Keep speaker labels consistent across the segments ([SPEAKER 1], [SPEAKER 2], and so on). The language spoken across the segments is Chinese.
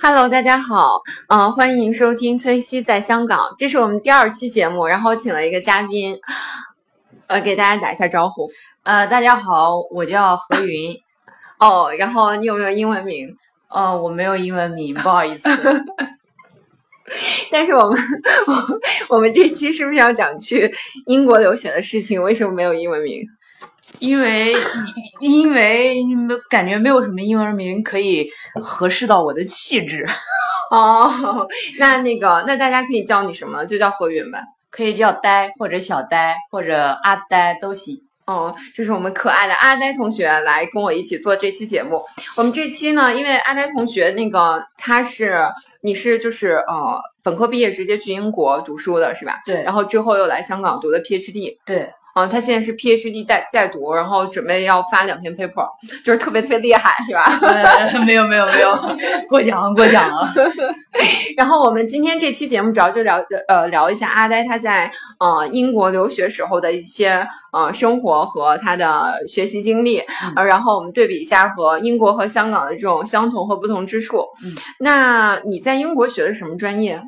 [SPEAKER 1] Hello，大家好，嗯、呃，欢迎收听崔西在香港，这是我们第二期节目，然后请了一个嘉宾，呃，给大家打一下招呼。
[SPEAKER 2] 呃，大家好，我叫何云。
[SPEAKER 1] 哦，然后你有没有英文名？
[SPEAKER 2] 呃，我没有英文名，不好意思。
[SPEAKER 1] 但是我们我我们这期是不是要讲去英国留学的事情？为什么没有英文名？
[SPEAKER 2] 因为因为感觉没有什么英文名可以合适到我的气质。
[SPEAKER 1] 哦，那那个那大家可以叫你什么？就叫何云吧，
[SPEAKER 2] 可以叫呆或者小呆或者阿呆都行。
[SPEAKER 1] 哦，这是我们可爱的阿呆同学来跟我一起做这期节目。我们这期呢，因为阿呆同学那个他是你是就是呃本科毕业直接去英国读书的是吧？
[SPEAKER 2] 对
[SPEAKER 1] 然后之后又来香港读的 PhD。
[SPEAKER 2] 对，
[SPEAKER 1] 嗯，他现在是 PhD 在在读，然后准备要发两篇 paper，就是特别特别厉害，是吧？
[SPEAKER 2] 呃没有没有没有，过奖了过奖了。
[SPEAKER 1] 然后我们今天这期节目主要就聊呃聊一下阿呆他在呃英国留学时候的一些呃生活和他的学习经历，
[SPEAKER 2] 嗯
[SPEAKER 1] 呃，然后我们对比一下和英国和香港的这种相同和不同之处。
[SPEAKER 2] 嗯
[SPEAKER 1] 那你在英国学的什么专业？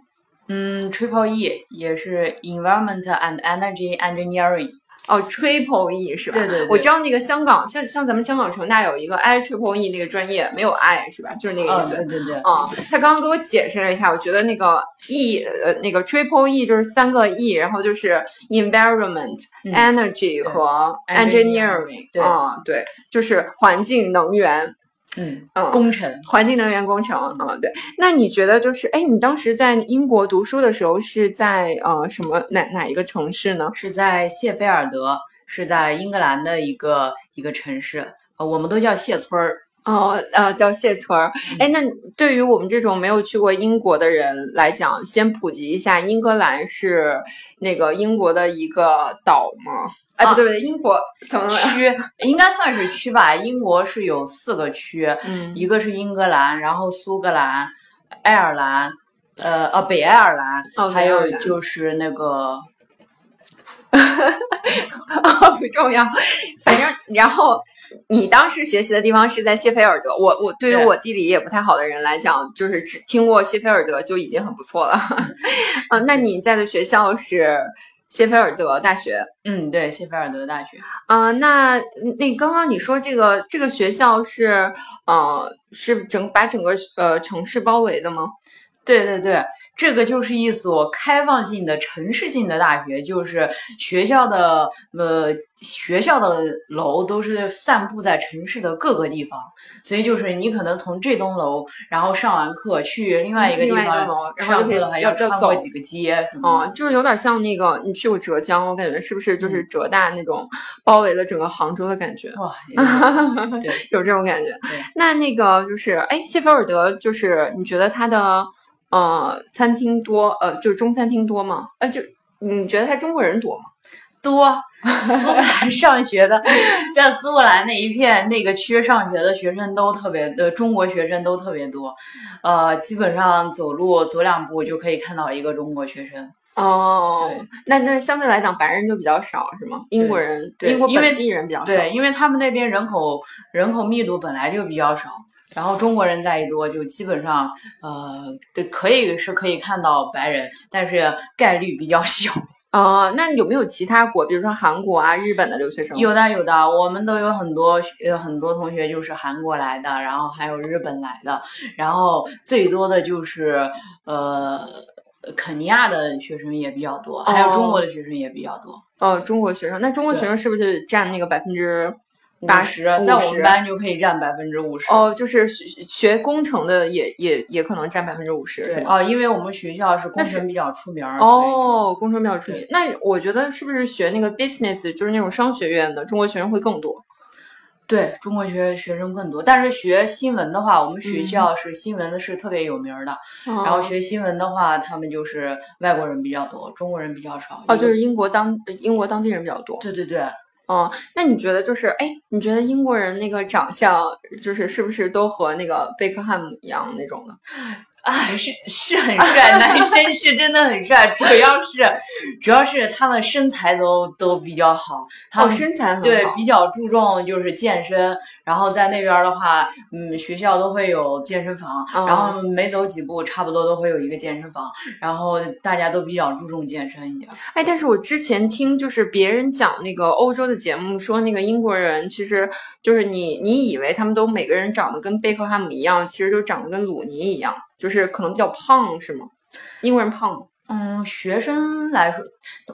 [SPEAKER 2] 嗯，Triple E 也是 Environment and Energy Engineering。
[SPEAKER 1] 哦，Triple E 是吧？
[SPEAKER 2] 对对对
[SPEAKER 1] 我知道那个香港像像咱们香港城大有一个 I Triple E 那个专业，没有 I 是吧？就是那个意
[SPEAKER 2] 嗯，
[SPEAKER 1] 思。
[SPEAKER 2] 对对对，
[SPEAKER 1] 嗯，他刚刚给我解释了一下，我觉得那个 E 呃那个 triple E 就是三个 E，然后就是 environment、
[SPEAKER 2] 嗯
[SPEAKER 1] energy 和 engineering，
[SPEAKER 2] engineering，对
[SPEAKER 1] 嗯，对，就是环境能源，
[SPEAKER 2] 嗯，
[SPEAKER 1] 嗯，
[SPEAKER 2] 工程。
[SPEAKER 1] 环境能源工程，嗯，对。那你觉得就是，哎，你当时在英国读书的时候是在呃什么哪哪一个城市呢？
[SPEAKER 2] 是在谢菲尔德，是在英格兰的一个一个城市，呃，我们都叫谢村儿。
[SPEAKER 1] 哦，呃，叫谢村儿。哎，那对于我们这种没有去过英国的人来讲，先普及一下，英格兰是那个英国的一个岛吗？哎，不
[SPEAKER 2] 啊
[SPEAKER 1] 对不对，英国怎么了？
[SPEAKER 2] 区应该算是区吧，英国是有四个区，
[SPEAKER 1] 嗯
[SPEAKER 2] 一个是英格兰，然后苏格兰、爱尔兰，呃呃北爱尔兰，
[SPEAKER 1] 哦
[SPEAKER 2] 还
[SPEAKER 1] 北爱尔
[SPEAKER 2] 有
[SPEAKER 1] 兰
[SPEAKER 2] 就是 那个
[SPEAKER 1] 哦不重要， 反正然后你当时学习的地方是在谢菲尔德。我我对于
[SPEAKER 2] 对
[SPEAKER 1] 我地理也不太好的人来讲，就是只听过谢菲尔德就已经很不错了。 嗯，那你在的学校是谢菲尔德大学？
[SPEAKER 2] 嗯对，谢菲尔德大学。
[SPEAKER 1] 嗯、那那刚刚你说这个这个学校是，呃，是整把整个呃城市包围的吗？
[SPEAKER 2] 对对对，这个就是一所开放性的城市性的大学，就是学校的呃学校的楼都是散布在城市的各个地方，所以就是你可能从这栋楼，然后上完课去另外一个地
[SPEAKER 1] 另外一个
[SPEAKER 2] 方
[SPEAKER 1] 楼然后就
[SPEAKER 2] 上
[SPEAKER 1] 可以
[SPEAKER 2] 课了，还
[SPEAKER 1] 要要
[SPEAKER 2] 穿
[SPEAKER 1] 走
[SPEAKER 2] 过几个街什
[SPEAKER 1] 哦、
[SPEAKER 2] 么的。
[SPEAKER 1] 就是有点像那个你去过浙江，我感觉是不是
[SPEAKER 2] 嗯
[SPEAKER 1] 就是浙大那种包围了整个杭州的感觉，
[SPEAKER 2] 哇，也对，
[SPEAKER 1] 有这种感觉
[SPEAKER 2] 对？
[SPEAKER 1] 那那个就是，哎，谢菲尔德就是你觉得它的呃餐厅多，呃，就是中餐厅多吗？呃，就你觉得它中国人多吗？
[SPEAKER 2] 多苏格兰上学的，在苏格兰那一片那个区上学的学生都特别，呃，中国学生都特别多，呃，基本上走路走两步就可以看到一个中国学生。
[SPEAKER 1] 哦
[SPEAKER 2] 对，
[SPEAKER 1] 那那相对来讲，白人就比较少，是吗？英国人，
[SPEAKER 2] 对
[SPEAKER 1] 英国
[SPEAKER 2] 因为
[SPEAKER 1] 本地人比较少。
[SPEAKER 2] 对，因为他们那边人口人口密度本来就比较少，然后中国人再一多，就基本上呃，对，可以是可以看到白人，但是概率比较小。
[SPEAKER 1] 哦，那有没有其他国，比如说韩国啊、日本的留学生？
[SPEAKER 2] 有的有的，我们都有很多呃很多同学就是韩国来的，然后还有日本来的，然后最多的就是呃肯尼亚的学生也比较多，还有中国的学生也比较多。
[SPEAKER 1] 哦，中国学生，那中国
[SPEAKER 2] 对
[SPEAKER 1] 学生是不是占那个百分之
[SPEAKER 2] 五
[SPEAKER 1] 八
[SPEAKER 2] 十，在我们
[SPEAKER 1] 50
[SPEAKER 2] 班就可以占百分之五十。
[SPEAKER 1] 哦，就是学学工程的也也也可能占百分之五十，是
[SPEAKER 2] 对
[SPEAKER 1] 吗？
[SPEAKER 2] 哦，因为我们学校是
[SPEAKER 1] 那
[SPEAKER 2] 工
[SPEAKER 1] 是
[SPEAKER 2] 程比较出名儿。所以
[SPEAKER 1] 哦，工程比较出名。那我觉得是不是学那个 business，就是那种商学院的中国学生会更多？
[SPEAKER 2] 对中国学学生更多，但是学新闻的话，我们学
[SPEAKER 1] 嗯哦
[SPEAKER 2] 校是新闻的是特别有名儿的。
[SPEAKER 1] 然
[SPEAKER 2] 然后学新闻的话，他们就是外国人比较多，中国人比较少。
[SPEAKER 1] 哦，
[SPEAKER 2] 因为
[SPEAKER 1] 就是英国当英国当地人比较多。
[SPEAKER 2] 对对对，
[SPEAKER 1] 哦，那你觉得就是，哎，你觉得英国人那个长相，就是是不是都和那个贝克汉姆一样那种的？
[SPEAKER 2] 啊，是是很帅，男生是真的很帅，主要是主要是他们身材都都比较好，他
[SPEAKER 1] 哦，
[SPEAKER 2] 们
[SPEAKER 1] 身材很好，
[SPEAKER 2] 对，比较注重就是健身，然后在那边儿的话，嗯，学校都会有健身房，
[SPEAKER 1] 哦
[SPEAKER 2] 然后每走几步差不多都会有一个健身房，然后大家都比较注重健身一点儿。
[SPEAKER 1] 哎，但是我之前听就是别人讲那个欧洲的节目，说那个英国人其实就是你，你以为他们都每个人长得跟贝克汉姆一样，其实都长得跟鲁尼一样，就是可能比较胖，是吗？英国人胖吗？
[SPEAKER 2] 嗯，学生来说，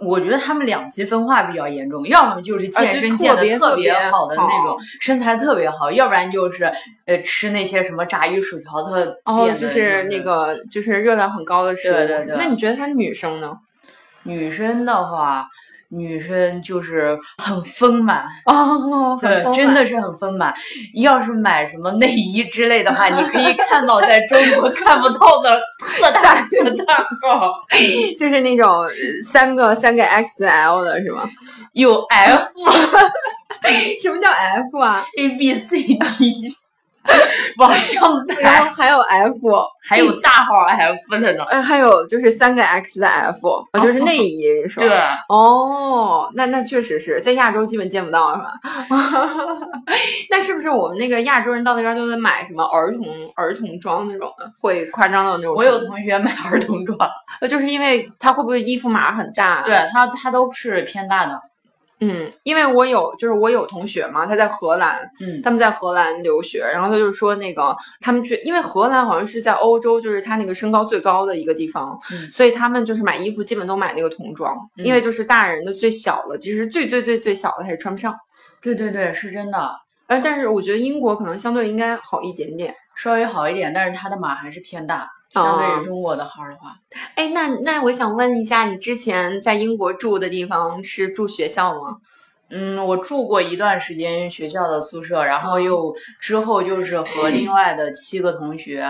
[SPEAKER 2] 我觉得他们两极分化比较严重，要么就是健
[SPEAKER 1] 啊就
[SPEAKER 2] 身
[SPEAKER 1] 特
[SPEAKER 2] 健
[SPEAKER 1] 别
[SPEAKER 2] 得
[SPEAKER 1] 特
[SPEAKER 2] 特别
[SPEAKER 1] 别
[SPEAKER 2] 好的那种
[SPEAKER 1] 好，
[SPEAKER 2] 身材特别好，要不然就是呃吃那些什么炸鱼薯条特
[SPEAKER 1] 哦，
[SPEAKER 2] 变
[SPEAKER 1] 就
[SPEAKER 2] 得
[SPEAKER 1] 是那个就是热量很高的食物。
[SPEAKER 2] 对对对
[SPEAKER 1] 那你觉得她女生呢？
[SPEAKER 2] 女生的话，女生就是很丰满，
[SPEAKER 1] 哦，很
[SPEAKER 2] 对，
[SPEAKER 1] 丰
[SPEAKER 2] 真
[SPEAKER 1] 满
[SPEAKER 2] 的是很丰满。要是买什么内衣之类的话，你可以看到在中 国看不到的特大特大号，
[SPEAKER 1] 就是那种呃三个三个 XL 的是吗？
[SPEAKER 2] 有 F
[SPEAKER 1] 什么叫 F 啊？
[SPEAKER 2] A B C D 往上
[SPEAKER 1] 然
[SPEAKER 2] 抬，
[SPEAKER 1] 后还有 F，
[SPEAKER 2] 还有大号 F 那种。
[SPEAKER 1] 呃，还有就是三个 X 的 F，哦就是内衣， 你说
[SPEAKER 2] 对，
[SPEAKER 1] 哦，那那确实是在亚洲基本见不到，是吧？ 那是不是我们那个亚洲人到那边都得买什么儿童儿童装那种的，会夸张到那种程度？
[SPEAKER 2] 我有同学买儿童装，
[SPEAKER 1] 呃，就是因为他会不会衣服码很大？，
[SPEAKER 2] 对他他都是偏大的，
[SPEAKER 1] 嗯，因为我有，就是我有同学嘛，他在荷兰，
[SPEAKER 2] 嗯，
[SPEAKER 1] 他们在荷兰留学，然后他就说那个他们去，因为荷兰好像是在欧洲，就是他那个身高最高的一个地方，
[SPEAKER 2] 嗯
[SPEAKER 1] 所以他们就是买衣服基本都买那个童装，
[SPEAKER 2] 嗯
[SPEAKER 1] 因为就是大人的最小的，其实最最最最小的他也穿不上。
[SPEAKER 2] 对对对，是真的，
[SPEAKER 1] 呃，但是我觉得英国可能相对应该好一点点。
[SPEAKER 2] 稍微好一点，但是他的码还是偏大，相对
[SPEAKER 1] 哦
[SPEAKER 2] 于中国的号的话。
[SPEAKER 1] 哎，那那我想问一下，你之前在英国住的地方是住学校吗？
[SPEAKER 2] 嗯，我住过一段时间学校的宿舍，然后
[SPEAKER 1] 哦
[SPEAKER 2] 又之后就是和另外的七个同学，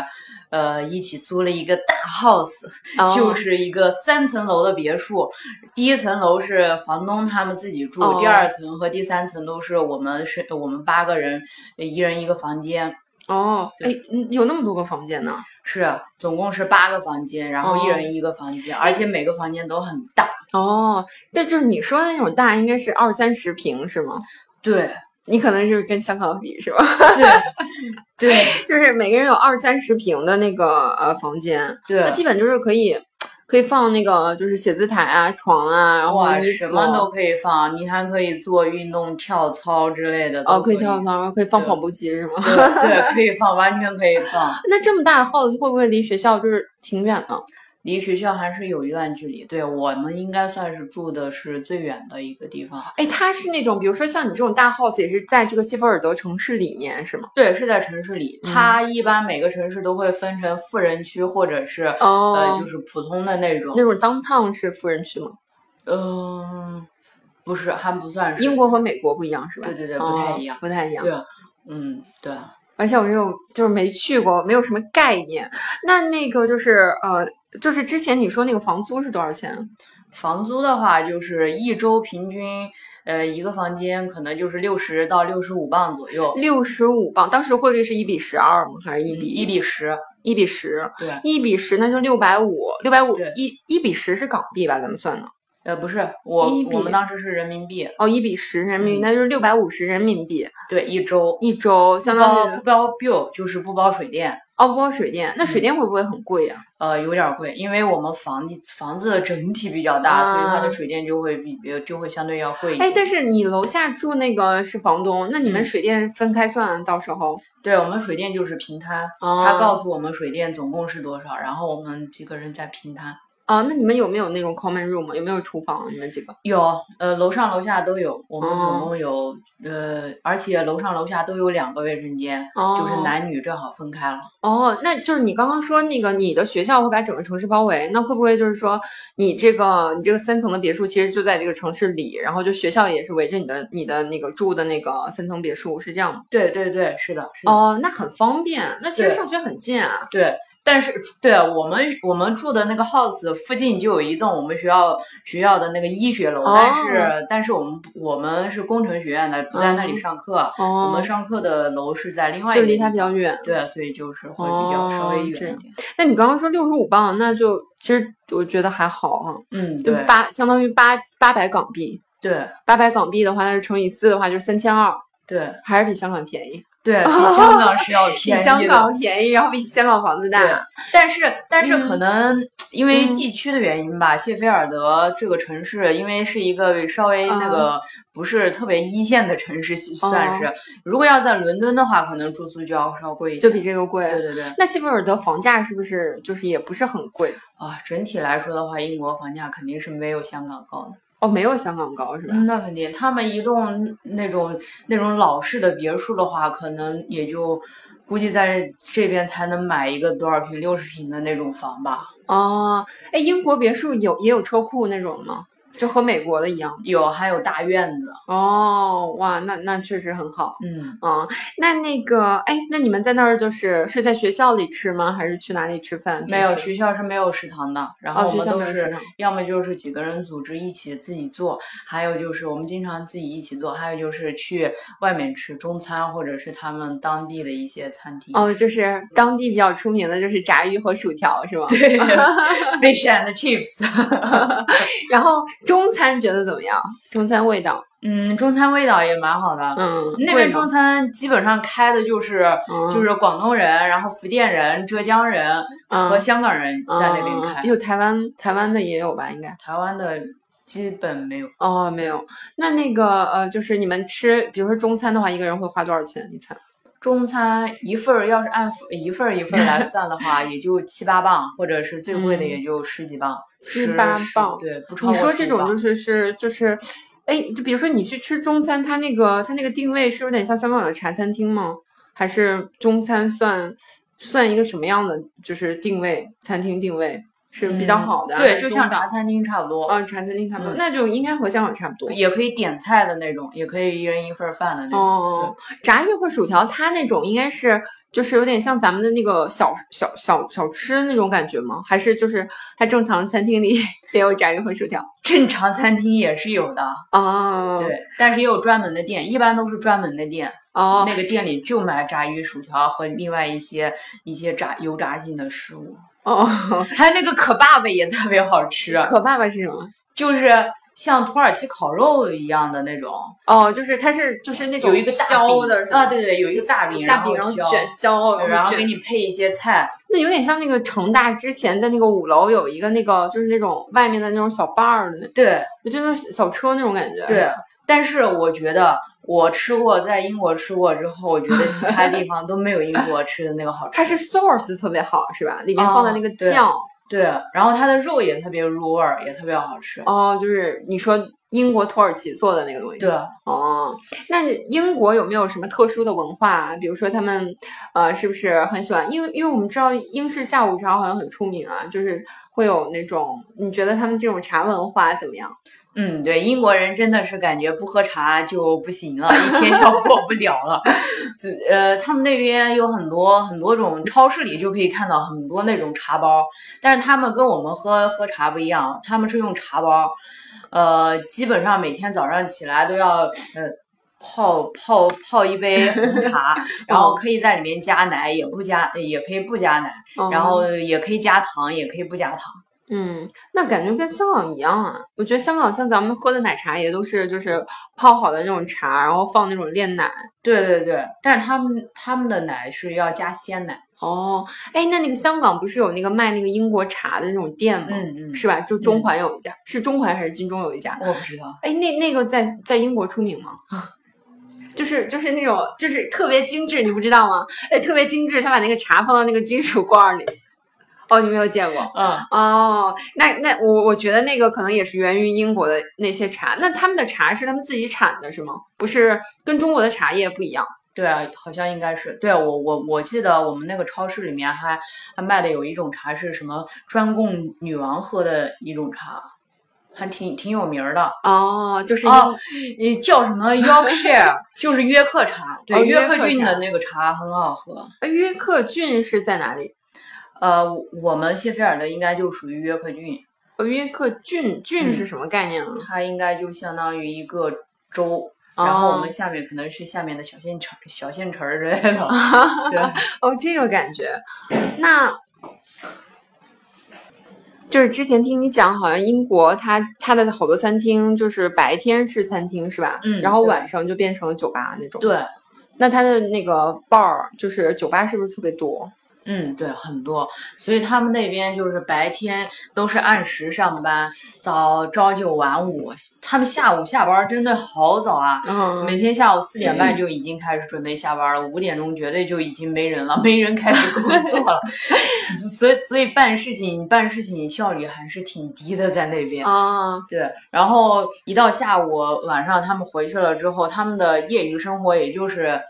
[SPEAKER 2] 呃，一起租了一个大 house，、就
[SPEAKER 1] 就是
[SPEAKER 2] 一个三层楼的别墅。第一层楼是房东他们自己住，
[SPEAKER 1] 哦
[SPEAKER 2] 第二层和第三层都是我们是我们八个人，一人一个房间。
[SPEAKER 1] 哦，哎，嗯有那么多个房间呢。
[SPEAKER 2] 是，总共是八个房间，然后一
[SPEAKER 1] 哦
[SPEAKER 2] 人一个房间，而且每个房间都很大。
[SPEAKER 1] 哦，但就是你说的那种大，应该是二三十平是吗？
[SPEAKER 2] 对，
[SPEAKER 1] 你可能是跟香港比是吧？
[SPEAKER 2] 对，
[SPEAKER 1] 就是每个人有二三十平的那个呃房间，那
[SPEAKER 2] 对，
[SPEAKER 1] 基本就是可以可以放那个就是写字台啊、床啊，然后
[SPEAKER 2] 哇，
[SPEAKER 1] 衣
[SPEAKER 2] 什
[SPEAKER 1] 服
[SPEAKER 2] 么都可以放，你还可以做运动、跳操之类的。
[SPEAKER 1] 哦，
[SPEAKER 2] 都
[SPEAKER 1] 可
[SPEAKER 2] 可
[SPEAKER 1] 以跳槽，然后可以放
[SPEAKER 2] 对
[SPEAKER 1] 跑步机是吗？
[SPEAKER 2] 对对，可以放，完全可以放。
[SPEAKER 1] 那这么大的 house 会不会离学校就是挺远呢？
[SPEAKER 2] 离学校还是有一段距离，对我们应该算是住的是最远的一个地方。
[SPEAKER 1] 哎，它是那种，比如说像你这种大 house 也是在这个谢菲尔德城市里面是吗？
[SPEAKER 2] 对，是在城市里，
[SPEAKER 1] 嗯
[SPEAKER 2] 它一般每个城市都会分成富人区或者是、
[SPEAKER 1] 哦
[SPEAKER 2] 呃就是普通的那种
[SPEAKER 1] 那。种 downtown 是富人区吗？
[SPEAKER 2] 嗯、不是，还不算是
[SPEAKER 1] 英国。和美国不一样是吧？
[SPEAKER 2] 对对对不太一样
[SPEAKER 1] 哦不太一样。
[SPEAKER 2] 对，嗯，对。
[SPEAKER 1] 而且我这种就是没去过，没有什么概念。那那个就是呃，就是之前你说那个房租是多少钱？
[SPEAKER 2] 房租的话，就是一周平均，呃，一个房间可能就是六十到六十五镑左右，
[SPEAKER 1] 六十五镑，当时汇率是一比十二吗？还是一比
[SPEAKER 2] 嗯一比十。
[SPEAKER 1] 一比十？
[SPEAKER 2] 对，
[SPEAKER 1] 一比十那就六百五，六百五
[SPEAKER 2] 对
[SPEAKER 1] 一一比十是港币吧？咱们算的
[SPEAKER 2] 呃，不是，我
[SPEAKER 1] 一比
[SPEAKER 2] 我们当时是人民币，
[SPEAKER 1] 哦，一比十人民币，
[SPEAKER 2] 嗯
[SPEAKER 1] 那就是六百五十人民币
[SPEAKER 2] 对，一周。
[SPEAKER 1] 一周，相
[SPEAKER 2] 不
[SPEAKER 1] 当
[SPEAKER 2] 包
[SPEAKER 1] 于
[SPEAKER 2] 不包 bill 就是不包水电，
[SPEAKER 1] 哦不包水电，那水
[SPEAKER 2] 嗯
[SPEAKER 1] 电会不会很贵呀、
[SPEAKER 2] 呃，有点贵，因为我们房地房子的整体比较大，所以它
[SPEAKER 1] 啊
[SPEAKER 2] 的水电就会比别就会相对要贵一
[SPEAKER 1] 哎，
[SPEAKER 2] 点。
[SPEAKER 1] 但是你楼下住那个是房东，那你们
[SPEAKER 2] 嗯
[SPEAKER 1] 水电分开算，到时候
[SPEAKER 2] 对我们水电就是平摊，
[SPEAKER 1] 哦
[SPEAKER 2] 他告诉我们水电总共是多少，然后我们几个人再平摊。
[SPEAKER 1] 啊，那你们有没有那种 common room？有没有厨房？你们几个？
[SPEAKER 2] 有，呃，楼上楼下都有，我们
[SPEAKER 1] 哦
[SPEAKER 2] 总共有，呃，而且楼上楼下都有两个卫生间，就是
[SPEAKER 1] 哦
[SPEAKER 2] 男女正好分开了。
[SPEAKER 1] 哦，那就是你刚刚说那个你的学校会把整个城市包围，那会不会就是说你这个你这个三层的别墅其实就在这个城市里，然后就学校也是围着你的你的那个住的那个三层别墅，是这样吗？哦
[SPEAKER 2] 对对对，是的，是的，
[SPEAKER 1] 哦，那很方便，那其实
[SPEAKER 2] 对
[SPEAKER 1] 上学很近啊。
[SPEAKER 2] 对。但是对我们我们住的那个 house 附近就有一栋我们学校学校的那个医学楼，
[SPEAKER 1] 哦
[SPEAKER 2] 但是但是我们不我们是工程学院的，不在那里上课，我
[SPEAKER 1] 哦
[SPEAKER 2] 们，上课的楼是在另外一
[SPEAKER 1] 就离它
[SPEAKER 2] 栋
[SPEAKER 1] 比较远。
[SPEAKER 2] 对，所以就是会比较稍
[SPEAKER 1] 哦
[SPEAKER 2] 微远一
[SPEAKER 1] 这样
[SPEAKER 2] 点。
[SPEAKER 1] 那你刚刚说六十五磅，那就其实我觉得还好啊，
[SPEAKER 2] 嗯，
[SPEAKER 1] 就
[SPEAKER 2] 对
[SPEAKER 1] 八相当于八八百港币，
[SPEAKER 2] 对
[SPEAKER 1] 八百港币的话，那是乘以四的话就是三千二，
[SPEAKER 2] 对
[SPEAKER 1] 还是比香港便宜，
[SPEAKER 2] 对，比香港是要
[SPEAKER 1] 比
[SPEAKER 2] 便宜的。
[SPEAKER 1] 香港便宜，然后比香港房子
[SPEAKER 2] 对
[SPEAKER 1] 大。，
[SPEAKER 2] 但是但是可能因为
[SPEAKER 1] 嗯
[SPEAKER 2] 地区的原因吧，谢菲尔德这个城市，因为是一个稍微
[SPEAKER 1] 啊
[SPEAKER 2] 那个不是特别一线的城市，
[SPEAKER 1] 哦
[SPEAKER 2] 算是。如果要在伦敦的话，可能住宿就要稍贵一
[SPEAKER 1] 就
[SPEAKER 2] 点。
[SPEAKER 1] 比这个贵。
[SPEAKER 2] 对对对，
[SPEAKER 1] 那谢菲尔德房价是不是就是也不是很贵？
[SPEAKER 2] 啊，整体来说的话，英国房价肯定是没有香港高的。
[SPEAKER 1] 哦，没有香港高是吧？
[SPEAKER 2] 嗯，那肯定，他们一栋那种那种老式的别墅的话，可能也就估计在这边才能买一个多少平、六十平的那种房吧。
[SPEAKER 1] 哦，哎，英国别墅有也有车库那种吗？就和美国的一样
[SPEAKER 2] 有，还有大院子。
[SPEAKER 1] 哦，哇，那那确实很好，
[SPEAKER 2] 嗯，
[SPEAKER 1] 嗯，那那个，哎，那你们在那儿就是是在学校里吃吗？还是去哪里吃饭？
[SPEAKER 2] 没有，
[SPEAKER 1] 平时
[SPEAKER 2] 学校是没有食堂的，然
[SPEAKER 1] 哦
[SPEAKER 2] 后我
[SPEAKER 1] 学
[SPEAKER 2] 们
[SPEAKER 1] 校
[SPEAKER 2] 都
[SPEAKER 1] 没有食
[SPEAKER 2] 是
[SPEAKER 1] 堂
[SPEAKER 2] 要么就是几个人组织一起自己做，还有就是我们经常自己一起做，还有就是去外面吃中餐或者是他们当地的一些餐厅。
[SPEAKER 1] 哦，就是当地比较出名的就是炸鱼和薯条是吗？
[SPEAKER 2] 对，fish and chips，
[SPEAKER 1] 然后中餐觉得怎么样？中餐味道，
[SPEAKER 2] 嗯，中餐味道也蛮好的。
[SPEAKER 1] 嗯，
[SPEAKER 2] 那
[SPEAKER 1] 贵
[SPEAKER 2] 边
[SPEAKER 1] 吗
[SPEAKER 2] 中餐基本上开的就是、
[SPEAKER 1] 嗯
[SPEAKER 2] 就是广东人，然后福建人、浙江人
[SPEAKER 1] 嗯
[SPEAKER 2] 和香港人在那边
[SPEAKER 1] 嗯
[SPEAKER 2] 开，
[SPEAKER 1] 有台湾台湾的也有吧，应该。
[SPEAKER 2] 台湾的基本没有。
[SPEAKER 1] 哦，没有。那那个呃，就是你们吃，比如说中餐的话，一个人会花多少钱一餐？
[SPEAKER 2] 中餐一份儿，要是按一份儿一份儿来算的 话，也就七八磅，或者是最贵的
[SPEAKER 1] 嗯
[SPEAKER 2] 也就十几磅，
[SPEAKER 1] 七
[SPEAKER 2] 十
[SPEAKER 1] 八
[SPEAKER 2] 十
[SPEAKER 1] 磅
[SPEAKER 2] 对，不超
[SPEAKER 1] 你
[SPEAKER 2] 过
[SPEAKER 1] 说
[SPEAKER 2] 15
[SPEAKER 1] 这种
[SPEAKER 2] 磅
[SPEAKER 1] 就是是就是，哎，就比如说你去吃中餐，它那个它那个定位是有点像香港的茶餐厅吗？还是中餐算算一个什么样的就是定位餐厅定位是比较
[SPEAKER 2] 嗯
[SPEAKER 1] 好的啊？还
[SPEAKER 2] 对，
[SPEAKER 1] 是
[SPEAKER 2] 就
[SPEAKER 1] 中
[SPEAKER 2] 像
[SPEAKER 1] 档
[SPEAKER 2] 茶餐厅差不多，
[SPEAKER 1] 嗯茶餐厅差不多，
[SPEAKER 2] 嗯
[SPEAKER 1] 那就应该和香港差不多。
[SPEAKER 2] 也可以点菜的那种，也可以一人一份儿饭的那种。
[SPEAKER 1] 哦，炸鱼和薯条，它那种应该是就是有点像咱们的那个小小小小吃那种感觉吗？还是就是它正常餐厅里 也有炸鱼和薯条？
[SPEAKER 2] 正常餐厅也是有的，
[SPEAKER 1] 哦
[SPEAKER 2] 对，但是也有专门的店，一般都是专门的店，
[SPEAKER 1] 哦，
[SPEAKER 2] 那个店里就卖炸鱼薯条和另外一些一些炸油炸性的食物，
[SPEAKER 1] 哦，
[SPEAKER 2] 还有那个可爸爸也特别好吃，
[SPEAKER 1] 可爸爸是什么？
[SPEAKER 2] 就是像土耳其烤肉一样的那种。
[SPEAKER 1] 哦，就是它是就是那种
[SPEAKER 2] 有一个大
[SPEAKER 1] 削
[SPEAKER 2] 饼
[SPEAKER 1] 的是吧
[SPEAKER 2] 啊，对对，有一个大饼，
[SPEAKER 1] 大饼然
[SPEAKER 2] 然
[SPEAKER 1] 后
[SPEAKER 2] 后
[SPEAKER 1] 卷
[SPEAKER 2] 削
[SPEAKER 1] 削，
[SPEAKER 2] 然
[SPEAKER 1] 后
[SPEAKER 2] 后
[SPEAKER 1] 卷
[SPEAKER 2] 给你配一些菜，
[SPEAKER 1] 那有点像那个成大之前在那个五楼有一个那个就是那种外面的那种小伴儿的
[SPEAKER 2] 对
[SPEAKER 1] 那，就那种小车那种感觉。
[SPEAKER 2] 对。但是我觉得我吃过，在英国吃过之后，我觉得其他地方都没有英国吃的那个好 吃。
[SPEAKER 1] 它是 sauce 特别好是吧？里面放的
[SPEAKER 2] 哦
[SPEAKER 1] 那个
[SPEAKER 2] 对
[SPEAKER 1] 酱。
[SPEAKER 2] 对，然后它的肉也特别入味儿，也特别好吃。
[SPEAKER 1] 哦，就是你说英国土耳其做的那个东西。
[SPEAKER 2] 对，
[SPEAKER 1] 哦，那英国有没有什么特殊的文化啊？比如说他们，呃，是不是很喜欢？因为因为我们知道英式下午茶好像很出名啊，就是会有那种，你觉得他们这种茶文化怎么样？
[SPEAKER 2] 嗯，对，英国人真的是感觉不喝茶就不行了，一天要过不了了。自呃，他们那边有很多很多种超市里就可以看到很多那种茶包，但是他们跟我们喝喝茶不一样，他们是用茶包，呃，基本上每天早上起来都要呃。泡泡泡一杯红茶，然后可以在里面加奶，也不加，也可以不加奶，然后也可以加糖，也可以不加糖。
[SPEAKER 1] 嗯，那感觉跟香港一样啊。我觉得香港像咱们喝的奶茶也都是就是泡好的那种茶，然后放那种炼奶。
[SPEAKER 2] 对对对，但是他们他们的奶是要加鲜奶。
[SPEAKER 1] 哦，哎，那那个香港不是有那个卖那个英国茶的那种店吗？
[SPEAKER 2] 嗯嗯
[SPEAKER 1] 是吧？就中
[SPEAKER 2] 嗯
[SPEAKER 1] 环有一家，是中环还是金钟有一家？
[SPEAKER 2] 我不知道。
[SPEAKER 1] 哎，那那个在在英国出名吗？ 就是就是那种就是特别精致，你不知道吗？哎，特别精致，他把那个茶放到那个金属罐儿里。哦，你没有见过
[SPEAKER 2] 嗯，
[SPEAKER 1] 哦？那那我我觉得那个可能也是源于英国的那些茶。那他们的茶是他们自己产的，是吗？不是跟中国的茶叶不一样。
[SPEAKER 2] 对啊，好像应该是。对啊，我我我记得我们那个超市里面还还卖的有一种茶是什么专供女王喝的一种茶，还挺挺有名儿的。
[SPEAKER 1] 哦，就是英、
[SPEAKER 2] 哦，你叫什 么 Yorkshire，就是约克茶。对，
[SPEAKER 1] 哦约
[SPEAKER 2] 约
[SPEAKER 1] 克
[SPEAKER 2] 克郡
[SPEAKER 1] 茶
[SPEAKER 2] 的那个茶很好喝。
[SPEAKER 1] 哎约克郡是在哪里？
[SPEAKER 2] 呃，我们谢菲尔德应该就属于约克郡，
[SPEAKER 1] 呃约克郡
[SPEAKER 2] 嗯
[SPEAKER 1] 郡是什么概念呢？啊
[SPEAKER 2] 它应该就相当于一个州，然后我们下面可能是下面的小县城、小县城之类的。对，
[SPEAKER 1] 哦哦这个感觉，那。就是之前听你讲，好像英国它它的好多餐厅就是白天是餐厅是吧？
[SPEAKER 2] 嗯
[SPEAKER 1] 然后
[SPEAKER 2] 对
[SPEAKER 1] 晚上就变成了酒吧那种。，
[SPEAKER 2] 对，
[SPEAKER 1] 那它的那个 bar 就是酒吧是不是特别多？
[SPEAKER 2] 嗯，对，很多，所以他们那边就是白天都是按时上班，早朝九晚五，他们下午下班真的好早啊。
[SPEAKER 1] 嗯
[SPEAKER 2] 每天下午四点半就已经开始准备下班了，五点钟绝对就已经没人了，没人开始工作了，所以所以办事情办事情效率还是挺低的在那边。
[SPEAKER 1] 啊，
[SPEAKER 2] 对，然后一到下午晚上他们回去了之后，他们的业余生活也就是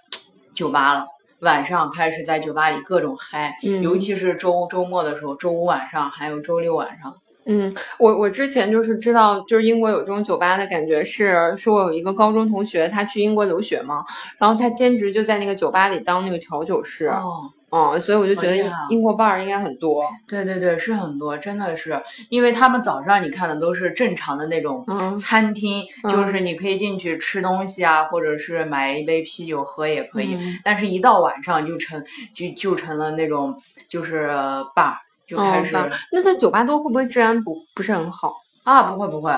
[SPEAKER 2] 酒吧了。晚上开始在酒吧里各种嗨，
[SPEAKER 1] 嗯
[SPEAKER 2] 尤其是周周末的时候，周五晚上还有周六晚上，
[SPEAKER 1] 嗯，我我之前就是知道，就是英国有这种酒吧的感觉是，是我有一个高中同学，他去英国留学嘛，然后他兼职就在那个酒吧里当那个调酒师，
[SPEAKER 2] 哦，
[SPEAKER 1] 嗯，所以我就觉得
[SPEAKER 2] 厉
[SPEAKER 1] 英
[SPEAKER 2] 害啊
[SPEAKER 1] 英国 bar 应该很多，
[SPEAKER 2] 对对对，是很多，真的是，因为他们早上你看的都是正常的那种
[SPEAKER 1] 嗯
[SPEAKER 2] 餐厅，就
[SPEAKER 1] 嗯
[SPEAKER 2] 是你可以进去吃东西啊，或者是买一杯啤酒喝也可以，
[SPEAKER 1] 嗯
[SPEAKER 2] 但是一到晚上就成就就成了那种就是呃 bar，就开
[SPEAKER 1] 嗯
[SPEAKER 2] 始、
[SPEAKER 1] 吧那在酒吧多会不会治安不不是很好？
[SPEAKER 2] 啊，不会不会。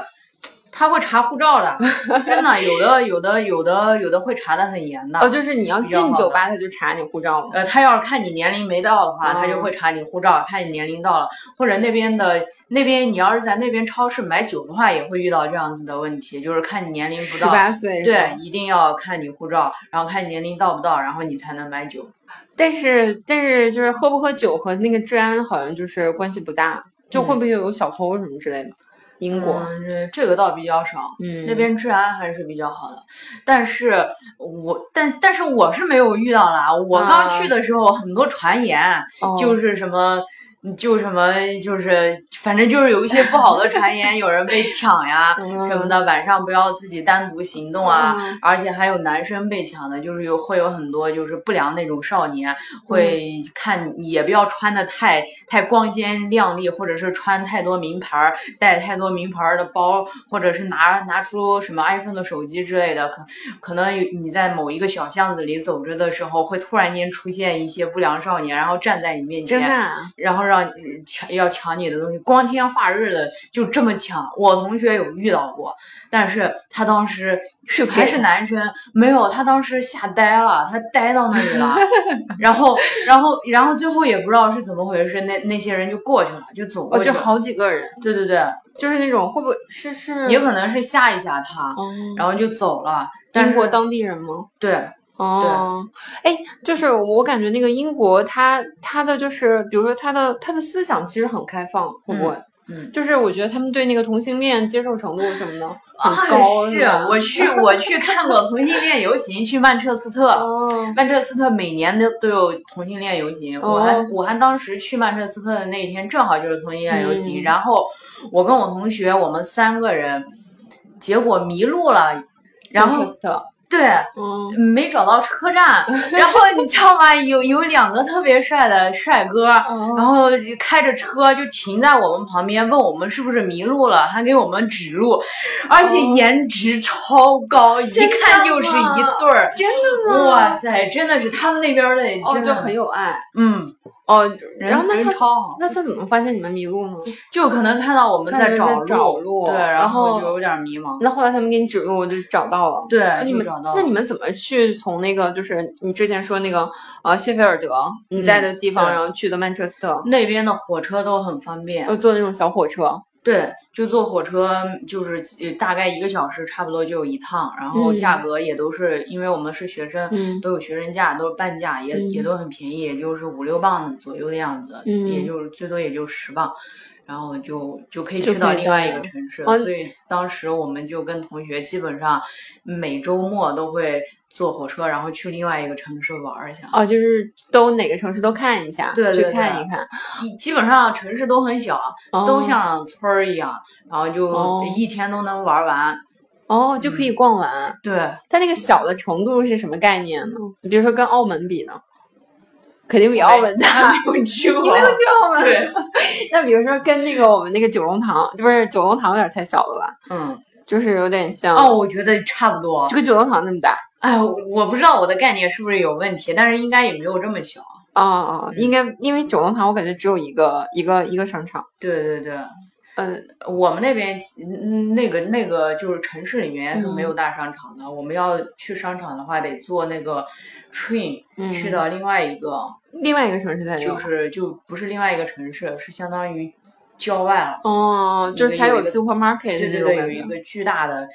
[SPEAKER 2] 他会查护照的，真的，有的有的有的有的会查的很严的。
[SPEAKER 1] 哦，就是你要
[SPEAKER 2] 比较
[SPEAKER 1] 进
[SPEAKER 2] 好
[SPEAKER 1] 酒
[SPEAKER 2] 的
[SPEAKER 1] 吧，他就查你护照吗？
[SPEAKER 2] 呃，他要是看你年龄没到的话，他就
[SPEAKER 1] 嗯
[SPEAKER 2] 会查你护照；看你年龄到了，或者那边的那边，你要是在那边超市买酒的话，也会遇到这样子的问题，就是看你年龄不
[SPEAKER 1] 十
[SPEAKER 2] 到。
[SPEAKER 1] 八岁是吧
[SPEAKER 2] 对，一定要看你护照，然后看你年龄到不到，然后你才能买酒。
[SPEAKER 1] 但是但是就是喝不喝酒和那个治安好像就是关系不大，就会不会有小偷什么之类的？英国，
[SPEAKER 2] 嗯，这这个倒比较少。
[SPEAKER 1] 嗯，
[SPEAKER 2] 那边治安还是比较好的，但是我但但是我是没有遇到啦。我刚
[SPEAKER 1] 啊
[SPEAKER 2] 去的时候，很多传言，
[SPEAKER 1] 哦
[SPEAKER 2] 就是什么，就什么，就是反正就是有一些不好的传言，有人被抢呀
[SPEAKER 1] 嗯
[SPEAKER 2] 什么的，晚上不要自己单独行动啊。
[SPEAKER 1] 嗯
[SPEAKER 2] 而且还有男生被抢的，就是有会有很多就是不良那种少
[SPEAKER 1] 嗯
[SPEAKER 2] 年，会看也不要穿的太太光鲜亮丽，或者是穿太多名牌儿，带太多名牌儿的包，或者是拿拿出什么 iPhone 的手机之类的，可可能有你在某一个小巷子里走着的时候，会突然间出现一些不良少年，然后站在你面
[SPEAKER 1] 真的
[SPEAKER 2] 前，
[SPEAKER 1] 啊、
[SPEAKER 2] 然后让你抢要抢你的东西，光天化日的就这么抢。我同学有遇到过，但是他当时是
[SPEAKER 1] 给
[SPEAKER 2] 还是
[SPEAKER 1] 了
[SPEAKER 2] 男生，没有，他当时吓呆了，他呆到那里 了，然后然后然后最后也不知道是怎么回事，那那些人就过去了，就走过
[SPEAKER 1] 哦，
[SPEAKER 2] 去
[SPEAKER 1] 就
[SPEAKER 2] 了。
[SPEAKER 1] 好几个人，
[SPEAKER 2] 对对对，
[SPEAKER 1] 就是那种会不会是是
[SPEAKER 2] 也可能是吓一吓他，
[SPEAKER 1] 哦，
[SPEAKER 2] 然后就走了。但
[SPEAKER 1] 嗯英国
[SPEAKER 2] 是
[SPEAKER 1] 当地人吗？
[SPEAKER 2] 对，
[SPEAKER 1] 哦，哎，就是我感觉那个英国它，它的就是，比如说它的它的思想其实很开放，会不会？
[SPEAKER 2] 嗯
[SPEAKER 1] 就是我觉得他们对那个同性恋接受程度什么的
[SPEAKER 2] 啊
[SPEAKER 1] 很高，
[SPEAKER 2] 是
[SPEAKER 1] 吧
[SPEAKER 2] 我去我去看过同性恋游行，去曼彻斯特。
[SPEAKER 1] 哦，
[SPEAKER 2] 曼彻斯特每年都都有同性恋游行，我还
[SPEAKER 1] 哦
[SPEAKER 2] 我还当时去曼彻斯特的那一天，正好就是同性恋游
[SPEAKER 1] 嗯
[SPEAKER 2] 行。然后我跟我同学，我们三个人，结果迷路了，然后
[SPEAKER 1] Manchester，
[SPEAKER 2] 对，
[SPEAKER 1] 嗯，
[SPEAKER 2] 没找到车站， 然后你知道吗？有有两个特别帅的帅哥，然
[SPEAKER 1] 哦，
[SPEAKER 2] 后就开着车就停在我们旁边，问我们是不是迷路了，还给我们指路，而且颜值超高，一
[SPEAKER 1] 哦真的
[SPEAKER 2] 看就是一对儿。
[SPEAKER 1] 真的
[SPEAKER 2] 哇塞，真的是他们那边儿的，
[SPEAKER 1] 哦，
[SPEAKER 2] 真
[SPEAKER 1] 就
[SPEAKER 2] 的
[SPEAKER 1] 很有爱
[SPEAKER 2] 嗯，
[SPEAKER 1] 哦。
[SPEAKER 2] 人
[SPEAKER 1] 然后那
[SPEAKER 2] 人
[SPEAKER 1] 他
[SPEAKER 2] 超好，
[SPEAKER 1] 那他怎么发现你们迷路呢？
[SPEAKER 2] 就可能看到我们
[SPEAKER 1] 看到人
[SPEAKER 2] 找
[SPEAKER 1] 在找路
[SPEAKER 2] 对，
[SPEAKER 1] 然
[SPEAKER 2] 然
[SPEAKER 1] 后
[SPEAKER 2] 后就有点迷茫，
[SPEAKER 1] 那后来他们给你指路，我就找到了。
[SPEAKER 2] 对
[SPEAKER 1] 那，你
[SPEAKER 2] 就
[SPEAKER 1] 们
[SPEAKER 2] 找到
[SPEAKER 1] 那
[SPEAKER 2] 了。
[SPEAKER 1] 你们怎么去从那个就是你之前说那个呃谢菲尔德你在的地方，
[SPEAKER 2] 嗯对
[SPEAKER 1] 然后去的曼彻斯特，
[SPEAKER 2] 那边的火车都很方便，
[SPEAKER 1] 要坐那种小火车？
[SPEAKER 2] 对，就坐火车就是呃大概一个小时，差不多就有一趟，然后
[SPEAKER 1] 嗯
[SPEAKER 2] 价格也都是，因为我们是学生，
[SPEAKER 1] 嗯
[SPEAKER 2] 都有学生价，都是半价，也、也
[SPEAKER 1] 嗯
[SPEAKER 2] 都很便宜，也就是五六磅左右的样子，
[SPEAKER 1] 嗯
[SPEAKER 2] 也就是最多也就十磅，然后就就可以
[SPEAKER 1] 就
[SPEAKER 2] 去
[SPEAKER 1] 可
[SPEAKER 2] 到
[SPEAKER 1] 以
[SPEAKER 2] 另
[SPEAKER 1] 到
[SPEAKER 2] 外一
[SPEAKER 1] 了
[SPEAKER 2] 个城市，
[SPEAKER 1] 哦
[SPEAKER 2] 所以当时我们就跟同学基本上每周末都会坐火车，然后去另外一个城市玩儿一下，
[SPEAKER 1] 哦，就是都哪个城市都看一下，
[SPEAKER 2] 对对
[SPEAKER 1] 去
[SPEAKER 2] 对
[SPEAKER 1] 看一看，
[SPEAKER 2] 一基本上城市都很小，
[SPEAKER 1] 哦
[SPEAKER 2] 都像村儿一样，然后
[SPEAKER 1] 哦
[SPEAKER 2] 就一天都能玩完，
[SPEAKER 1] 哦就可
[SPEAKER 2] 嗯
[SPEAKER 1] 以逛完。
[SPEAKER 2] 对。嗯
[SPEAKER 1] 它那个小的程度是什么概念呢？比如说跟澳门比呢？肯定比澳门大。
[SPEAKER 2] 还啊没有去过，
[SPEAKER 1] 你没 有去澳门？
[SPEAKER 2] 对，
[SPEAKER 1] 那比如说跟那个我们那个九龙塘，不是九龙塘有点太小了吧？
[SPEAKER 2] 嗯，
[SPEAKER 1] 就是有点像，
[SPEAKER 2] 哦，我觉得差不多
[SPEAKER 1] 就。跟九龙塘那么大。
[SPEAKER 2] 哎，我不知道我的概念是不是有问题，但是应该也没有这么小。
[SPEAKER 1] 哦哦，
[SPEAKER 2] 嗯
[SPEAKER 1] 应该因为九龙塘我感觉只有一个一个一个商场。
[SPEAKER 2] 对对对，呃
[SPEAKER 1] 嗯，
[SPEAKER 2] 我们那边嗯那个那个就是城市里面是没有大商场的，我们要去商场的话得坐那个 train
[SPEAKER 1] 嗯
[SPEAKER 2] 去到另外一个，
[SPEAKER 1] 另外一个城市才有
[SPEAKER 2] 就。是就不是另外一个城市，是相当于郊外了。
[SPEAKER 1] 哦，就是才有
[SPEAKER 2] 一个
[SPEAKER 1] supermarket
[SPEAKER 2] 对
[SPEAKER 1] 的那
[SPEAKER 2] 对
[SPEAKER 1] 种
[SPEAKER 2] 对，
[SPEAKER 1] 感
[SPEAKER 2] 有一
[SPEAKER 1] 觉。
[SPEAKER 2] 个巨大的，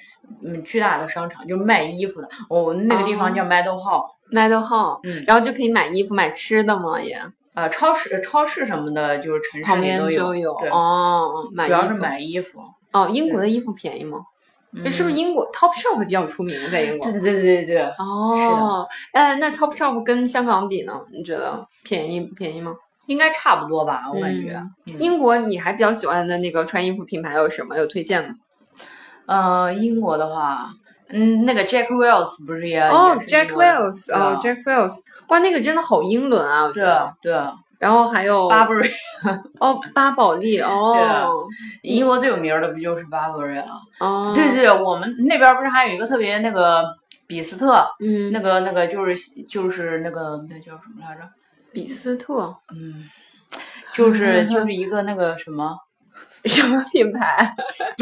[SPEAKER 2] 嗯，巨大的商场，就是卖衣服的。我、们那个地方叫 Meadow Hall，、
[SPEAKER 1] Meadow Hall，
[SPEAKER 2] 嗯
[SPEAKER 1] 然后就可以买衣服、买吃的嘛，也
[SPEAKER 2] 呃，超市、超市什么的，就是城市
[SPEAKER 1] 旁
[SPEAKER 2] 里
[SPEAKER 1] 边
[SPEAKER 2] 都
[SPEAKER 1] 就
[SPEAKER 2] 有对，
[SPEAKER 1] 哦，买
[SPEAKER 2] 主要是
[SPEAKER 1] 衣服
[SPEAKER 2] 买衣服。
[SPEAKER 1] 哦，英国的衣服便宜吗？
[SPEAKER 2] 嗯
[SPEAKER 1] 是不是英国 Top Shop 比较出名在英国
[SPEAKER 2] 对？对对对对对，
[SPEAKER 1] 哦，哎，那 Top Shop 跟香港比呢？你觉得便宜便宜吗？
[SPEAKER 2] 应该差不多吧，我感觉。嗯
[SPEAKER 1] 英国你还比较喜欢的那个穿衣服品牌有什么？有推荐吗？
[SPEAKER 2] 呃，英国的话，嗯，那个 Jack Wells 不是也
[SPEAKER 1] 哦
[SPEAKER 2] 也是
[SPEAKER 1] ，Jack
[SPEAKER 2] 英国的
[SPEAKER 1] Wells，哦
[SPEAKER 2] 对
[SPEAKER 1] ，Jack Wells，哇，那个真的好英伦啊！我觉
[SPEAKER 2] 对
[SPEAKER 1] 得。
[SPEAKER 2] 对
[SPEAKER 1] 然后还有
[SPEAKER 2] ，Burberry，
[SPEAKER 1] 哦，巴宝莉哦，
[SPEAKER 2] 英国最有名儿的不就是 Burberry 了？
[SPEAKER 1] 哦，
[SPEAKER 2] 对，对，我们那边儿不是还有一个特别那个比斯特，
[SPEAKER 1] 嗯，
[SPEAKER 2] 那个那个就是就是那个那叫什么来着？
[SPEAKER 1] 比斯特
[SPEAKER 2] 嗯，就是就是一个那个什么，
[SPEAKER 1] 什么品牌？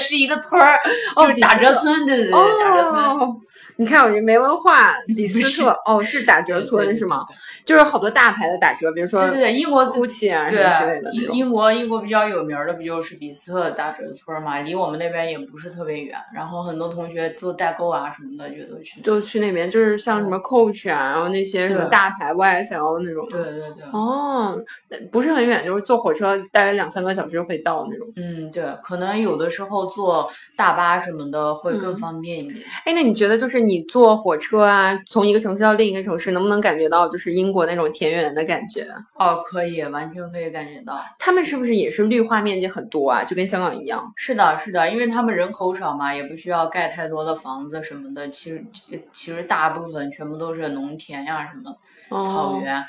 [SPEAKER 2] 是一个村儿，
[SPEAKER 1] 哦
[SPEAKER 2] 就是打折村，对对对，打折村。
[SPEAKER 1] 哦，你看我这没文 化，比斯特哦是打折
[SPEAKER 2] 对
[SPEAKER 1] 村
[SPEAKER 2] 对
[SPEAKER 1] 是吗？就是好多大牌的打折，比如说
[SPEAKER 2] 对对对，英国
[SPEAKER 1] GUCCI 啊什
[SPEAKER 2] 对
[SPEAKER 1] 么之类的那
[SPEAKER 2] 英
[SPEAKER 1] 种。
[SPEAKER 2] 英国英国比较有名儿的不就是比斯特大折村嘛，离我们那边也不是特别远，然后很多同学做代购啊什么的就都去。
[SPEAKER 1] 就去那边，就是像什么 Coach 啊，然后那些什么
[SPEAKER 2] 对
[SPEAKER 1] 大牌 YSL 那种。
[SPEAKER 2] 对。对对，
[SPEAKER 1] 哦，那不是很远，就是坐火车大概两三个小时就可以到那种。
[SPEAKER 2] 嗯对，可能有的时候坐大巴什么的会更
[SPEAKER 1] 嗯
[SPEAKER 2] 方便一点。
[SPEAKER 1] 哎，那你觉得就是你坐火车啊，从一个城市到另一个城市，能不能感觉到就是英国那种田园的感觉？啊
[SPEAKER 2] 哦，可以，完全可以感觉到。
[SPEAKER 1] 他们是不是也是绿化面积很多啊？就跟香港一样？
[SPEAKER 2] 是的，是的，因为他们人口少嘛，也不需要盖太多的房子什么的。其实，其实大部分全部都是农田呀、什么
[SPEAKER 1] 哦
[SPEAKER 2] 草原。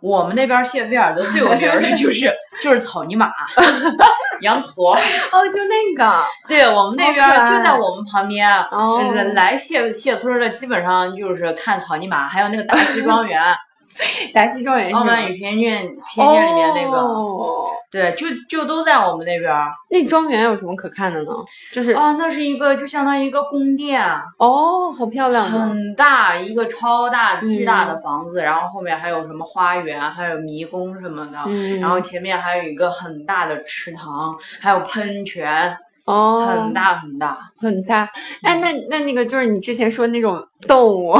[SPEAKER 2] 我们那边谢菲尔德最有名儿的 就是就是草泥马、羊驼。
[SPEAKER 1] 哦，就那个
[SPEAKER 2] 对我们那边
[SPEAKER 1] 好可
[SPEAKER 2] 儿
[SPEAKER 1] 爱
[SPEAKER 2] 就在我们旁边。
[SPEAKER 1] 哦
[SPEAKER 2] 呃来谢谢村儿的基本上就是看草泥马，还有那个达西 庄园，《
[SPEAKER 1] 达西庄园是吗
[SPEAKER 2] 傲慢与偏见》偏见里面那个，
[SPEAKER 1] 哦
[SPEAKER 2] 对，就就都在我们那边儿。
[SPEAKER 1] 那庄园有什么可看的呢？就是
[SPEAKER 2] 啊，那是一个就相当于一个宫殿啊，
[SPEAKER 1] 哦，好漂亮啊！
[SPEAKER 2] 很大一个超大巨大的
[SPEAKER 1] 嗯
[SPEAKER 2] 房子，然后后面还有什么花园，还有迷宫什么的，
[SPEAKER 1] 嗯
[SPEAKER 2] 然后前面还有一个很大的池塘，还有喷泉，
[SPEAKER 1] 哦，
[SPEAKER 2] 很大嗯很大。
[SPEAKER 1] 很大。哎，那那那个就是你之前说那种动 物，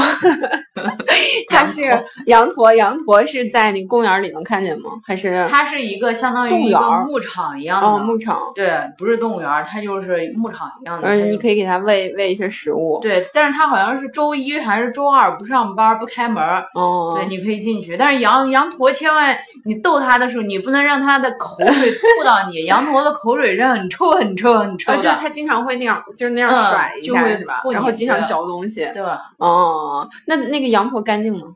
[SPEAKER 1] 它是羊驼，羊驼是在那个公园里能看见吗？还是
[SPEAKER 2] 它是一个相当
[SPEAKER 1] 动
[SPEAKER 2] 于一
[SPEAKER 1] 物园
[SPEAKER 2] 个
[SPEAKER 1] 儿
[SPEAKER 2] 牧场一样的，
[SPEAKER 1] 哦牧场？
[SPEAKER 2] 对，不是动物园儿，它就是牧场一样的。
[SPEAKER 1] 而
[SPEAKER 2] 它
[SPEAKER 1] 且你
[SPEAKER 2] 就
[SPEAKER 1] 可以给它喂喂一些食物。
[SPEAKER 2] 对，但是它好像是周一还是周二不上班儿不开门儿，
[SPEAKER 1] 哦，
[SPEAKER 2] 对，你可以进去，但是羊羊驼千万你逗它的时候，你不能让它的口水吐到你。 羊驼的口水是很臭、很臭、很臭
[SPEAKER 1] 啊，就是
[SPEAKER 2] 的。
[SPEAKER 1] 它经常会那样，就是那样
[SPEAKER 2] 嗯
[SPEAKER 1] 甩一
[SPEAKER 2] 就
[SPEAKER 1] 下，
[SPEAKER 2] 会
[SPEAKER 1] 是吧
[SPEAKER 2] 吐？
[SPEAKER 1] 然
[SPEAKER 2] 你嗯
[SPEAKER 1] 后经常
[SPEAKER 2] 对
[SPEAKER 1] 嚼东西。
[SPEAKER 2] 对吧？
[SPEAKER 1] 哦，那那个羊驼干净吗？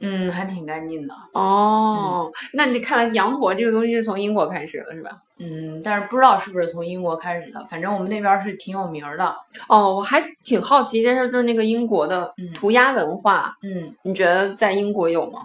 [SPEAKER 2] 嗯，还挺干净的。
[SPEAKER 1] 哦，那你看来羊驼这个东西是从英国开始的，是吧？
[SPEAKER 2] 嗯，但是不知道是不是从英国开始的，反正我们那边儿是挺有名儿的。
[SPEAKER 1] 哦，我还挺好奇一件事，就是那个英国的
[SPEAKER 2] 嗯
[SPEAKER 1] 涂鸦文化，
[SPEAKER 2] 嗯，
[SPEAKER 1] 你觉得在英国有吗？